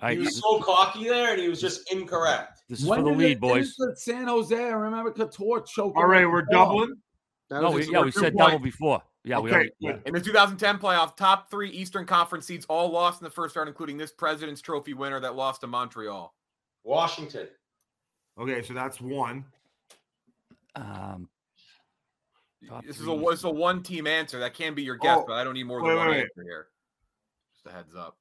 G: All
L: He
G: right,
L: was so cocky there, and he was just incorrect.
G: this is for
J: When
G: the
J: did
G: lead,
J: it-
G: boys.
J: did it- San Jose. I remember Couture choking.
M: All right,
J: off
M: we're
J: the ball.
M: doubling.
O: That
G: No,
O: was
G: we,
O: just-
G: yeah, we
H: two
G: said
H: points.
G: double before. Yeah, we
M: Okay,
G: already. Yeah.
M: good.
H: In the 2010 playoff, top three Eastern Conference seeds all lost in the first round, including this President's Trophy winner that lost to Montreal.
L: Washington.
M: Okay, so that's one.
G: Um, Top
H: This is a
G: three
H: it's a one team answer. That can be your guess,
M: Oh,
H: but I don't need more
M: wait,
H: than one
M: wait, wait.
H: answer here. Just a heads up.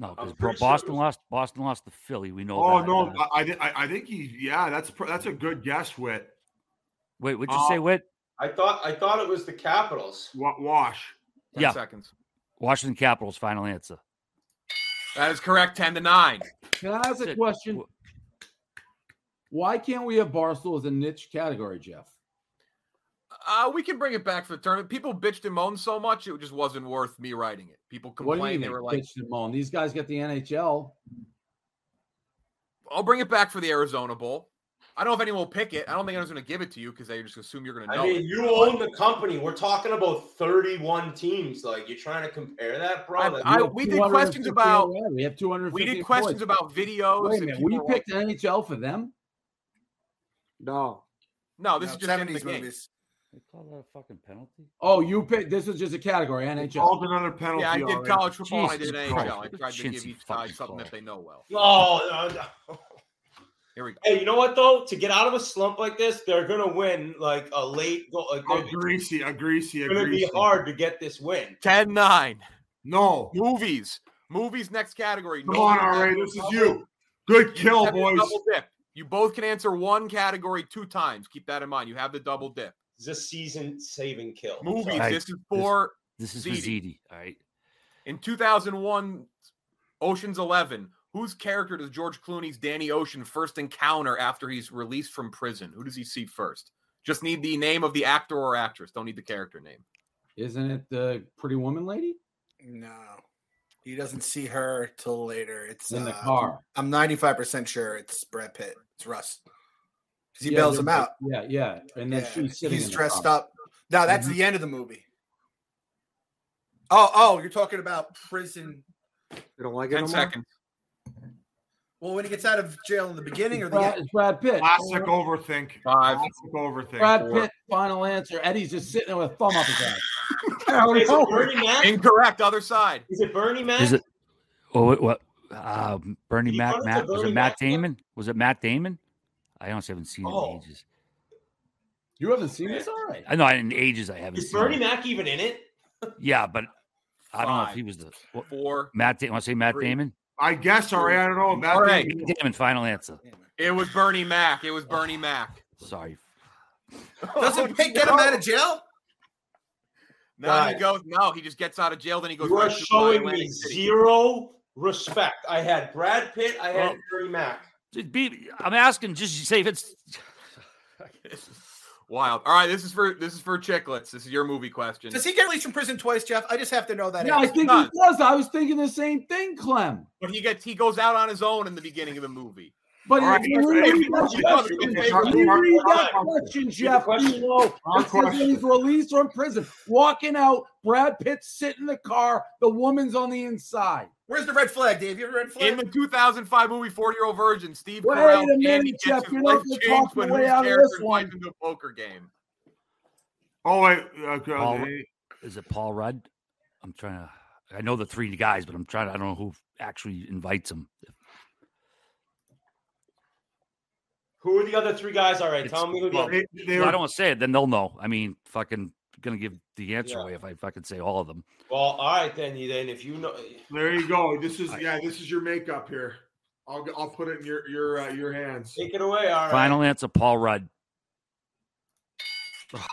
G: no,
L: I'm
G: because
L: pretty sure it
G: Boston
L: was-
G: lost. Boston lost to Philly. We know.
M: Oh
G: that.
M: no,
G: Uh,
M: I, I, thi- I I think he. Yeah, that's pr- that's a good guess. Wit
G: wait, would you say
M: uh,
G: Whit?
L: I thought I thought it was the Capitals.
M: Wa- wash.
H: 10
G: Yeah.
H: seconds.
G: Washington Capitals. Final answer.
H: That is correct. 10 to 9.
J: Can I ask a
G: Shit.
J: question? Why can't we have Barstool as a niche category, Jeff?
H: Uh, we can bring it back for the tournament. People bitched and moaned so much, it just wasn't worth me writing it. People
J: What do you
H: complained. They
J: mean,
H: were like,
J: bitch and moan? These guys get the NHL.
H: I'll bring it back for the Arizona Bowl. I don't know if anyone will pick it. I don't think anyone's going to give it to you because they just assume you're going to
L: I
H: know.
L: mean,
H: it.
L: you own the company. We're talking about 31 teams. Like you're trying to compare that, bro.
H: I-
L: That's-
H: I-
J: have
H: we did
J: 250
H: questions about-
J: already. We have two hundred.
H: we did questions about videos.
J: Wait a
H: and
J: minute.
H: people
J: We
H: were like-
J: picked NHL for them.
O: no.
H: no, this
N: No,
H: is just end of the
N: 70s
H: game.
N: movies.
G: They call that a fucking penalty.
J: Oh, you picked. This is just a category NHL.
M: Called another penalty.
H: Yeah, I did
M: already.
H: college football. and I
G: Jesus
H: did NHL.
G: Christ,
H: I
G: what a
H: tried to give
G: chintzy
H: each side
G: fucking
H: something
G: call.
H: that they know well.
L: No, no, no.
H: Here we go.
L: Hey, you know what though? To get out of a slump like this, they're gonna win like a late goal. Like,
M: A Oh, greasy, a greasy, a
L: it's gonna be
M: greasy.
L: hard to get this win.
H: 10 9.
M: No.
H: Movies. Movies next category.
M: Come
H: No
M: on,
H: more
M: RA.
H: double-
M: This is you. Good
H: You
M: kill,
H: have your
M: boys.
H: double dip. You both can answer one category two times. Keep that in mind. You have the double dip. This season saving kill. Movies.
G: All right.
H: This is for
G: This, this is for
H: ZD.
G: ZD. All right.
H: In 2001, Ocean's Eleven, whose character does George Clooney's Danny Ocean first encounter after he's released from prison? Who does he see first? Just need the name of the actor or actress. Don't need the character name.
J: Isn't it the Pretty Woman lady?
N: No, he doesn't see her till later. It's
J: In the
N: uh,
J: car.
N: I'm 95 percent sure it's Brad Pitt. It's Russ. 'Cause He
J: Yeah,
N: bails
J: you're
N: him
J: right.
N: out.
J: Yeah, yeah. And then
N: Yeah,
J: she's sitting.
N: He's
J: in the Mm-hmm.
N: dressed
J: car.
N: up. No, that's the end of the movie. Oh, oh, you're talking about prison.
O: You don't like it.
H: Ten
O: no more?
H: seconds.
N: Well, when he gets out of jail in the beginning or the
J: Brad,
N: end.
J: it's Brad Pitt.
M: Classic overthink.
H: Five.
M: Classic overthink.
J: Brad Pitt. Final answer. Eddie's just sitting there with a thumb up his ass.
L: Is it Bernie Mac?
H: Incorrect. Other side.
L: Is it Bernie Mac?
G: Is it? Oh, what? what uh, Bernie Mac.
L: run into
G: Matt, was
L: Bernie
G: it Matt Damon? Was it Matt Damon? I honestly haven't seen it in ages.
J: You haven't seen this? All right.
G: I know in ages I haven't
L: Is
G: seen.
L: Bernie
G: it.
L: Mac even in it?
G: Yeah, but I don't know if he
H: Five,
G: was the what,
H: Four.
G: Matt. Da- want to say Matt
H: three,
G: Damon?
M: I guess. All right. I don't know. Matt
H: All right.
M: Damon.
G: Matt Damon. Final answer.
H: It was Bernie Mac. It was Bernie Mac.
G: Sorry.
N: Doesn't Pitt get him out of jail?
H: No, he goes. No, he just gets out of jail. Then he goes.
L: You are
H: right to, uh,
L: showing me
H: Atlantic City.
L: zero respect. I had Brad Pitt. I had
M: Oh.
G: Well-
L: Bernie Mac.
G: Just be- I'm asking. Just say if it's.
H: Wild. All right, this is for this is for Chicklets. This is your movie question.
N: Does he get released from prison twice, Jeff? I just have to know that.
J: Yeah, I
N: answer.
J: think he does. I was thinking the same thing, Clem.
H: But he gets he goes out on his own in the beginning of the movie.
J: But
H: All right,
J: if you
H: that's
J: read
H: right.
J: that question, if you read that question, Jeff, you know
M: Our
J: it says
M: question.
J: he's released from prison, walking out. Brad Pitt sitting in the car. The woman's on the inside.
N: Where's the red flag, Dave? You have a red flag?
H: In the 2005 movie Four Year Old Virgin, Steve
J: Wait
H: Carell
J: a
H: and
J: minute,
H: he gets
J: Jeff,
H: his
J: you're
H: life
J: not gonna
H: changed
J: talk my
H: when
J: way
H: his
J: out of this
H: character
J: one.
H: went into a poker game.
M: Oh wait. Uh,
G: Paul,
M: uh,
G: is it Paul Rudd? I'm trying to. I know the three guys, but I'm trying. to I don't know who actually invites him.
L: Who are the other three guys? All right, tell me who the
G: Well,
L: other.
G: well, I don't want to say it. Then they'll know. I mean, fucking gonna give the answer away if I fucking say all of them.
L: Well, all right then. You then if you know,
M: There you go. This is yeah. This is your makeup here. I'll I'll put it in your your uh, your hands.
L: take it away. All right.
G: Final answer: Paul Rudd.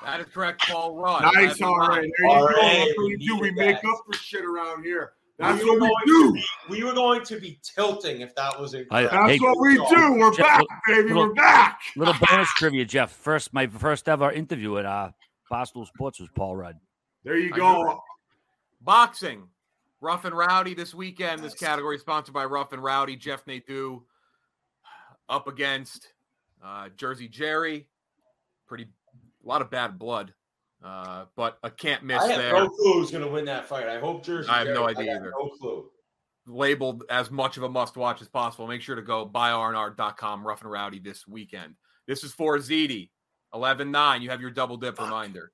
H: That is correct, Paul Rudd.
M: Nice,
H: That's
M: all
H: fine.
M: right. There you go. That's what we do. We make up for shit around here. That's
L: we were
M: what we do.
L: going to be- we were going to be tilting if that was incorrect.
M: That's
G: hey,
M: what we do. We're
G: Jeff,
M: back,
G: little-
M: baby.
G: little-
M: We're back.
G: Little bonus trivia, Jeff. First, my first ever interview at uh, Barstool Sports was Paul Rudd.
M: There you
H: I knew it.
M: go.
H: Boxing. Rough and Rowdy this weekend. This category is sponsored by Rough and Rowdy. Jeff Nadeau up against uh, Jersey Jerry. Pretty, a lot of bad blood, uh, but a can't miss
L: I have
H: there.
L: no clue who's going to win that fight. I hope Jersey.
H: I have no
L: Jerry-
H: idea
L: got
H: either.
L: No clue.
H: labeled as much of a must watch as possible. Make sure to go buy rnr.com rough and rowdy this weekend. This is for ZD 11 9. You have your double dip reminder.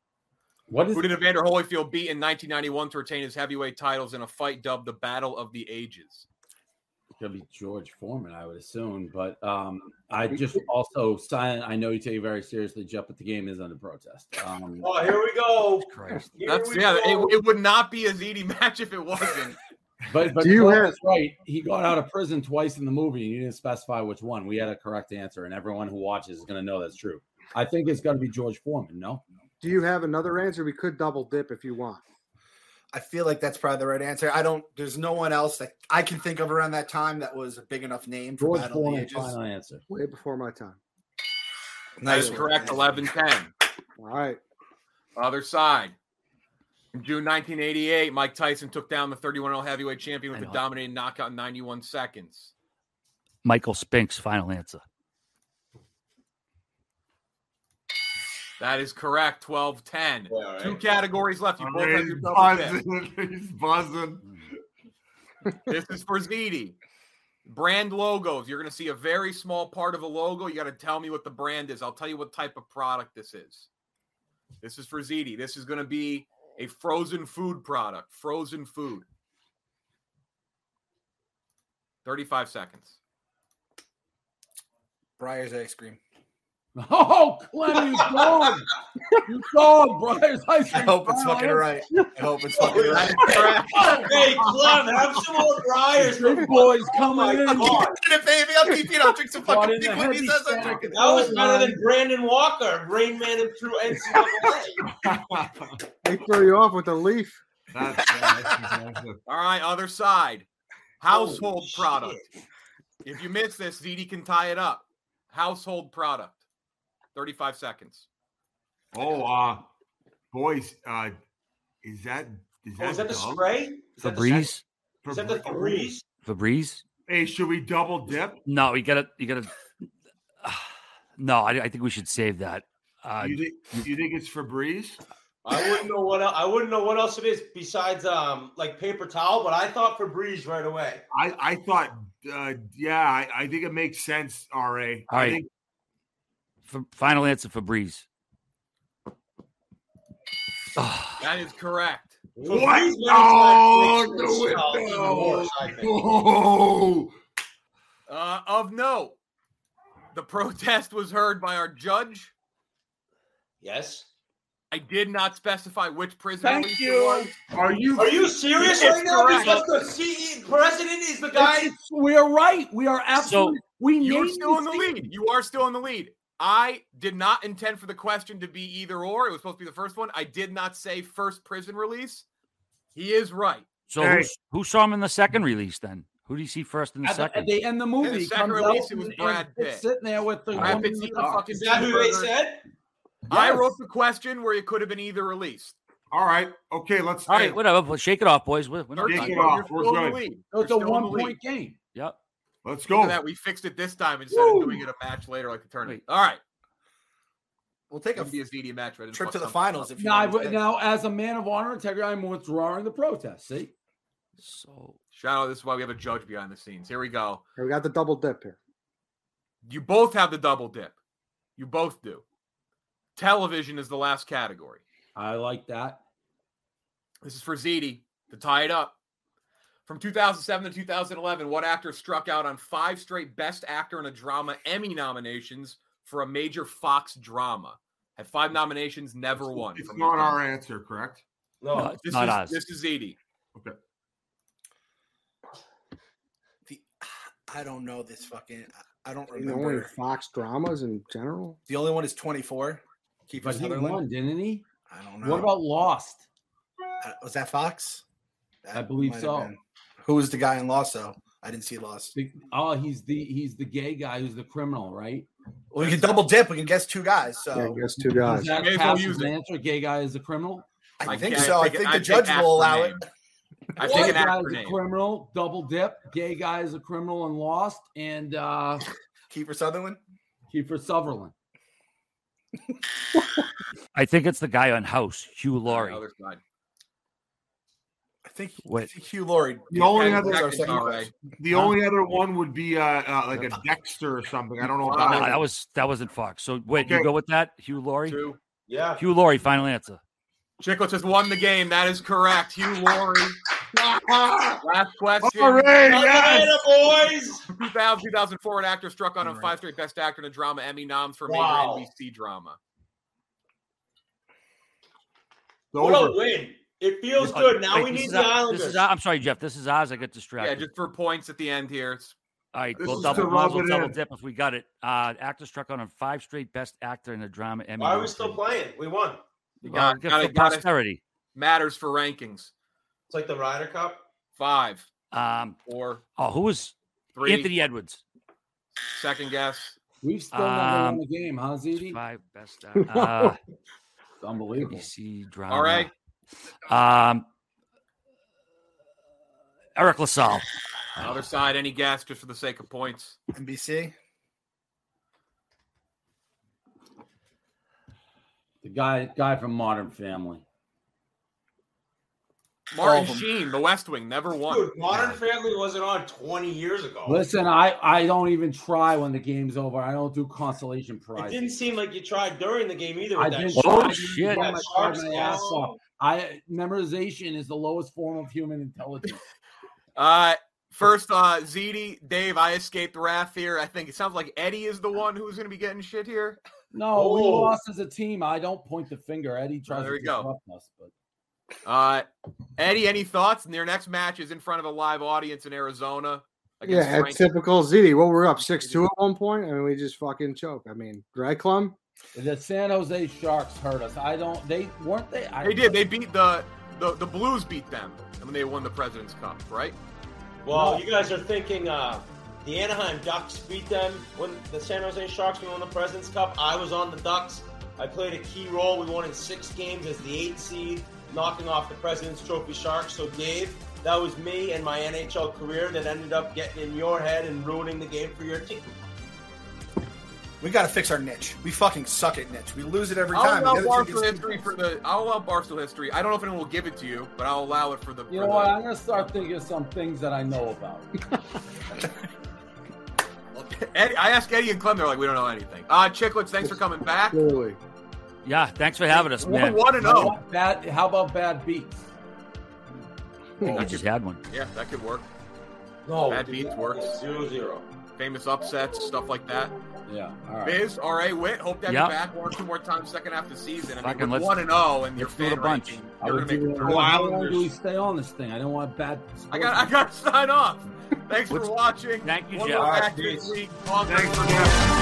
J: What
H: Who did Evander Holyfield beat in 1991 to retain his heavyweight titles in a fight dubbed the Battle of the Ages?
J: It'll be George Foreman, I would assume. But um, I just also silent. I know you take it very seriously, Jeff, but the game is under protest. Um,
L: Oh, here we go.
G: Christ.
L: Here
H: That's
L: we
H: yeah, it,
L: go.
H: it would not be a ZD match if it wasn't.
J: but but
O: Do you
J: Clark
O: have-
J: was right. He got out of prison twice in the movie, and you didn't specify which one. We had a correct answer, and everyone who watches is going to know that's true. I think it's got to be George Foreman. No,
O: Do you have another answer? We could double dip if you want.
N: I feel like that's probably the right answer. I don't. There's no one else that I can think of around that time that was a big enough name for
J: George
N: Battle of the
J: Foreman.
N: Ages.
J: Final answer.
O: Way before my time.
H: That is
N: one.
H: correct. 11 10.
O: All right.
H: Other side. In June 1988, Mike Tyson took down the 31 0 heavyweight champion with a dominating knockout in 91 seconds.
G: Michael Spinks. Final answer.
H: That is correct. 12 10.
L: Yeah, all right.
H: Two categories left. You both have
M: He's
H: your double dip.
M: buzzing. He's buzzing.
H: This is for ZD. Brand logos. You're going to see a very small part of a logo. You got to tell me what the brand is. I'll tell you what type of product this is. This is for ZD. This is going to be a frozen food product. Frozen food. 35 seconds.
N: Briar's ice cream.
J: Oh, Clem, you saw him. You saw him, Brian. I hope
N: it's fucking right. I hope it's fucking right.
J: hey, Clem, have some
M: Oh,
J: more Briars. Big boys coming in.
P: baby, I'll keep you know, drink some fucking big when he says I'm drinking.
L: That was better than Brandon Walker. Rain man him through NCAA.
O: They throw you off with a leaf.
H: All right, other side. Household product.
M: Oh.
H: If you miss this, ZD can tie it up. Household product. 35 seconds.
M: Oh, uh, boys, uh, is that is that,
L: Oh, is that the
M: dub?
L: spray? Is that the
G: Febreze?
L: Is that the Febreze?
G: Febreze?
M: Hey, should we double dip?
G: No, you gotta, you gotta. no, I, I think we should save that. Uh,
M: you, think, you think it's Febreze?
L: I wouldn't know what el- I wouldn't know what else it is besides um like paper towel, but I thought Febreze right away.
M: I I thought, uh, yeah, I, I think it makes sense. Ra, I
G: All right.
M: think
G: F- final answer, Febreze.
H: That is correct.
M: What? No, no, no, no.
H: Uh, of note, the protest was heard by our judge.
L: Yes.
H: I did not specify which prison.
L: Thank
H: release
L: you.
H: It was.
M: Are you
L: Are you serious right now?
H: Correct.
L: Because the CE E president is the guy.
J: It's- we are right. We are absolutely. we
H: You're
J: named
H: still in the
J: these
H: lead. You are still in the lead. I did not intend for the question to be either or. It was supposed to be the first one. I did not say first prison release. He is right.
G: So who, who saw him in the second release then? Who do you see first in the
J: At the,
G: second?
J: at the end of the movie,
H: the
J: he
H: second
J: comes
H: release,
J: out
H: it was
J: and-
H: Brad
J: and it's
H: Pitt.
J: sitting there with the
H: Brad
J: woman
H: Pitt's
J: in
H: eating
J: the
H: a
J: car.
H: fucking Is that who they cheeseburger. said? I
J: Yes.
H: wrote the question where it could have been either release.
M: All right. Okay. Let's.
G: All right, whatever. well, Shake it off, boys. We're, we're not
H: Shake
G: done.
H: it off. You're We're still in the good. lead.
J: So it's
H: You're still
J: a
H: in the
J: one point
H: lead.
J: game.
G: Yep.
M: Let's
H: Look at that. We fixed it this time instead of doing it a match later like the tournament. All right.
N: We'll take
H: a BSD match. right?
N: Trip
H: Plus
N: to the
H: something.
N: finals if you
J: Now, I,
N: want.
J: would- now, as a man of honor and integrity, I'm withdrawing the protest. See,
G: So
H: Shout out. This is why we have a judge behind the scenes. Here we go.
O: Here, we got the double dip here.
H: You both have the double dip. You both do. Television is the last category.
J: I like that.
H: This is for Ziti to tie it up. From 2007 to 2011, what actor struck out on five straight Best Actor in a Drama Emmy nominations for a major Fox drama? Had five nominations, never won.
M: It's
H: from
M: not
H: this
M: our answer, correct?
L: No,
H: time. this is, This is Ziti.
M: Okay.
N: I don't know this fucking. I- I don't
O: You know, only
N: remember.
O: Fox dramas in general.
N: The only one is 24. Keep
O: But he
N: Sutherland.
O: won,
J: didn't he?
N: I don't know.
J: What about Lost?
N: Uh, was that Fox?
J: I believe
N: might have
J: so.
N: been. Who was the guy in Lost? Though I didn't see Lost.
J: The- oh, he's the he's the gay guy who's the criminal, right?
N: Well, we can double dip. We can guess two guys. So
O: Yeah, I guess two guys.
J: Does that
N: May as well
J: pass
N: use
J: as an answer? Gay guy is the criminal.
N: I
H: I
N: think
H: can't-
N: so. I
H: I'd take-
N: think the
H: I'd take
N: judge
H: actor
N: will allow it.
H: name. I've
J: White
H: taken
J: guy
H: actor
J: is a
H: name.
J: criminal. Double dip. Gay guy is a criminal and Lost, and uh
N: Kiefer Sutherland.
J: Kiefer Sutherland.
G: I think it's the guy on House, Hugh Laurie.
H: Other side.
N: I think, I
G: Wait.
N: think Hugh Laurie.
M: The only
N: Ken
M: other
N: was our second guy.
M: the only other one would be uh, uh like a Dexter or something. I don't know
G: No,
M: about
G: Ah, that was that wasn't Fox. So wait,
M: Okay.
G: you go with that, Hugh Laurie.
H: Two.
L: Yeah.
G: Hugh Laurie, final answer.
H: Chicklets has won the game. That is correct. Hugh Laurie. Last question.
M: All right, yes.
L: boys.
H: 2000, 2004, an actor struck out on five straight Best Actor in a Drama Emmy noms for a major
L: Wow.
H: NBC drama.
L: What a win! It feels good. Now
G: Oh, Wait,
L: we
G: this
L: need
G: is
L: the
G: our- This
L: Islanders.
G: is, our- I'm sorry, Jeff. This is ours. I got
H: Yeah,
G: distracted.
H: just for points at the end here. It's
G: All right,
H: This
G: we'll
H: is
G: double,
H: to
G: might as
H: rub
G: well
H: it
G: double
H: in.
G: dip if we got it. Uh, actor struck on a five straight Best Actor in a Drama Emmy.
L: Why are we
G: nomination.
L: still playing? We won.
H: You
G: Well,
H: got,
G: good
H: gotta,
G: for
H: gotta-
G: posterity.
H: matters for rankings.
L: It's like the Ryder Cup.
H: Five,
G: Um,
H: four,
G: oh, who was
H: Three.
G: Anthony Edwards?
H: second guess.
J: We've still never won
G: Um,
J: a game, huh, ZD?
G: Five best. Actor. Uh,
J: It's unbelievable.
G: NBC drama.
H: All right.
G: Um, Eric LaSalle.
H: Other side, any guess just for the sake of points.
N: NBC.
J: The guy guy from Modern Family.
H: Martin
J: Oh.
H: Sheen, the West Wing, never won.
L: Dude, Modern Family wasn't on 20 years ago.
J: Listen, I I don't even try when the game's over. I don't do consolation
L: It
J: prizes.
L: didn't seem like you tried during the game either. With
J: I
L: that
J: didn't.
L: shark-
J: I
G: Oh,
J: didn't
G: shit.
J: run
L: that
J: my-
L: shark's
J: my ass
L: ass.
J: off. I memorization is the lowest form of human intelligence.
H: Uh, first, uh, ZD, Dave, I escaped wrath here. I think it sounds like Eddie is the one who's going to be getting shit here.
J: No, we
S: Oh.
J: lost as a team. I don't point the finger. Eddie tries
H: Oh, There
J: to
H: we go.
J: disrupt us, but
H: Uh, Eddie, any thoughts? And their next match is in front of a live audience in Arizona.
L: Yeah,
H: against
L: at
H: Frank-
L: typical ZD. Well, we're up six two at one point, and we just fucking choke. I mean, dry clum.
J: the San Jose Sharks hurt us. I don't. They weren't they. I,
H: They did. They beat the, the the Blues beat them when they won the President's Cup, right?
S: Well, you guys are thinking uh, the Anaheim Ducks beat them when the San Jose Sharks won the Presidents Cup. I was on the Ducks. I played a key role. We won in six games as the eight seed, knocking off the Presidents Trophy Sharks. So, Dave, that was me and my NHL career that ended up getting in your head and ruining the game for your team.
M: We got to fix our niche. We fucking suck at niche. We lose it
L: Oh,
M: every
H: I'll
M: time.
H: allow
M: The other team
H: Barstool
M: gets-
H: history for the. I'll allow Barstool history. I don't know if anyone will give it to you, but I'll allow it for the.
J: You
H: for
J: know
H: the-
J: what? I'm gonna start thinking of some things that I know about.
H: Eddie, I asked Eddie and Clem. They're like, we don't know anything. Uh, Chicklets, thanks for coming back.
L: Clearly.
B: Yeah, thanks for having us,
H: We're
B: man.
H: one and oh. zero.
J: Bad. How about bad beats?
B: I just had one.
H: Yeah, that could work.
J: Oh,
S: No,
H: bad beats works.
S: Zero zero.
H: Famous upsets, stuff like that.
J: Yeah. All right.
H: Biz, all right, Witt. Hope to have
B: Yeah.
H: you back one or two more times second half of the season. I
J: Fucking
H: mean,
J: let's-
H: one and zero, and your
J: let's do it
H: fan
J: a bunch.
H: ranking,
J: I
H: You're
J: would
H: gonna make
J: do
H: it
J: it.
H: through.
J: How long do we stay on this thing? I don't want bad.
H: I got. I got to sign off. Thanks for watching. Thank
J: you,
H: one
J: Jeff.
H: More
J: All right,
H: match
J: peace.
H: this week. Thanks for